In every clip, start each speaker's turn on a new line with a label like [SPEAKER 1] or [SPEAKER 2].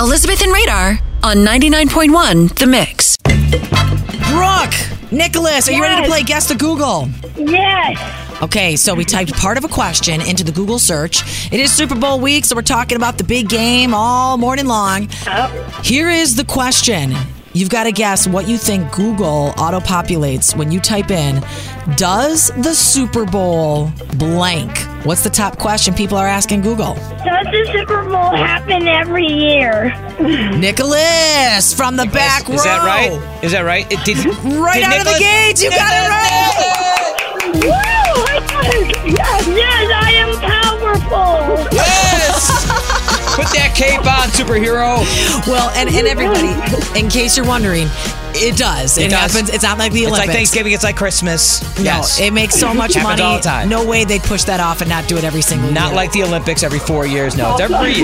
[SPEAKER 1] Elizabeth and Radar on 99.1 The Mix.
[SPEAKER 2] Brooke, Nicholas, are you ready to
[SPEAKER 3] Yes.
[SPEAKER 2] play Guess the Google?
[SPEAKER 3] Yes.
[SPEAKER 2] Okay, so we typed part of a question into the Google search. It is Super Bowl week, so we're talking about the big game all morning long.
[SPEAKER 3] Oh.
[SPEAKER 2] Here is the question. You've got to guess what you think Google auto populates when you type in, does the Super Bowl blank? What's the top question people are asking Google?
[SPEAKER 3] Does the Super Bowl happen every year?
[SPEAKER 2] Nicholas from the back row.
[SPEAKER 4] Is that right? Is that right? It did,
[SPEAKER 2] Right
[SPEAKER 4] did
[SPEAKER 2] out of
[SPEAKER 4] Nicholas-
[SPEAKER 2] the gates, you got it right.
[SPEAKER 3] Woo! I got it. Yes, yes, I am powerful.
[SPEAKER 4] Yes! Put that cape on, superhero.
[SPEAKER 2] Well, and, and everybody, in case you're wondering, it does. It,
[SPEAKER 4] It does.
[SPEAKER 2] happens. It's not like the
[SPEAKER 4] It's
[SPEAKER 2] Olympics.
[SPEAKER 4] like Thanksgiving. It's like Christmas.
[SPEAKER 2] No,
[SPEAKER 4] yes.
[SPEAKER 2] it makes so much
[SPEAKER 4] Happens
[SPEAKER 2] money.
[SPEAKER 4] all the time.
[SPEAKER 2] No way they'd push that off and not do it every single
[SPEAKER 4] Not
[SPEAKER 2] year.
[SPEAKER 4] like the Olympics every four years. No, it's every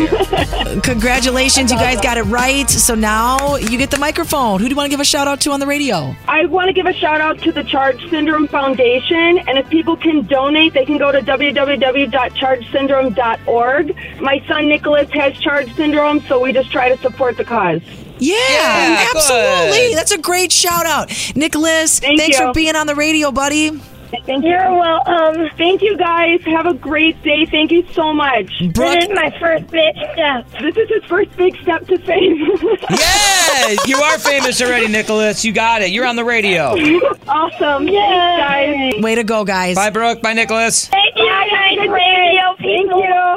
[SPEAKER 4] year.
[SPEAKER 2] Congratulations, you guys got it right. So now you get the microphone. Who do you want to give a shout out to on the radio?
[SPEAKER 5] I want to give a shout out to the Charge Syndrome Foundation. And if people can donate, they can go to www.chargesyndrome.org. My son Nicholas has Charge Syndrome, so we just try to support the cause.
[SPEAKER 2] Yeah,
[SPEAKER 4] Yeah,
[SPEAKER 2] absolutely.
[SPEAKER 4] good.
[SPEAKER 2] That's a great shout out. Nicholas,
[SPEAKER 5] Thank
[SPEAKER 2] thanks
[SPEAKER 5] you.
[SPEAKER 2] for being on the radio, buddy.
[SPEAKER 5] Thank you. You're welcome. Thank you guys. Have a great day. Thank you so much.
[SPEAKER 2] Brooke,
[SPEAKER 3] This is my first big step.
[SPEAKER 5] This is his first big step to fame.
[SPEAKER 4] Yeah, you are famous already, Nicholas. You got it. You're on the radio.
[SPEAKER 5] awesome. Thanks, guys.
[SPEAKER 2] way to go, guys.
[SPEAKER 4] Bye, Brooke. Bye, Nicholas.
[SPEAKER 3] Thank you, guys. Radio people.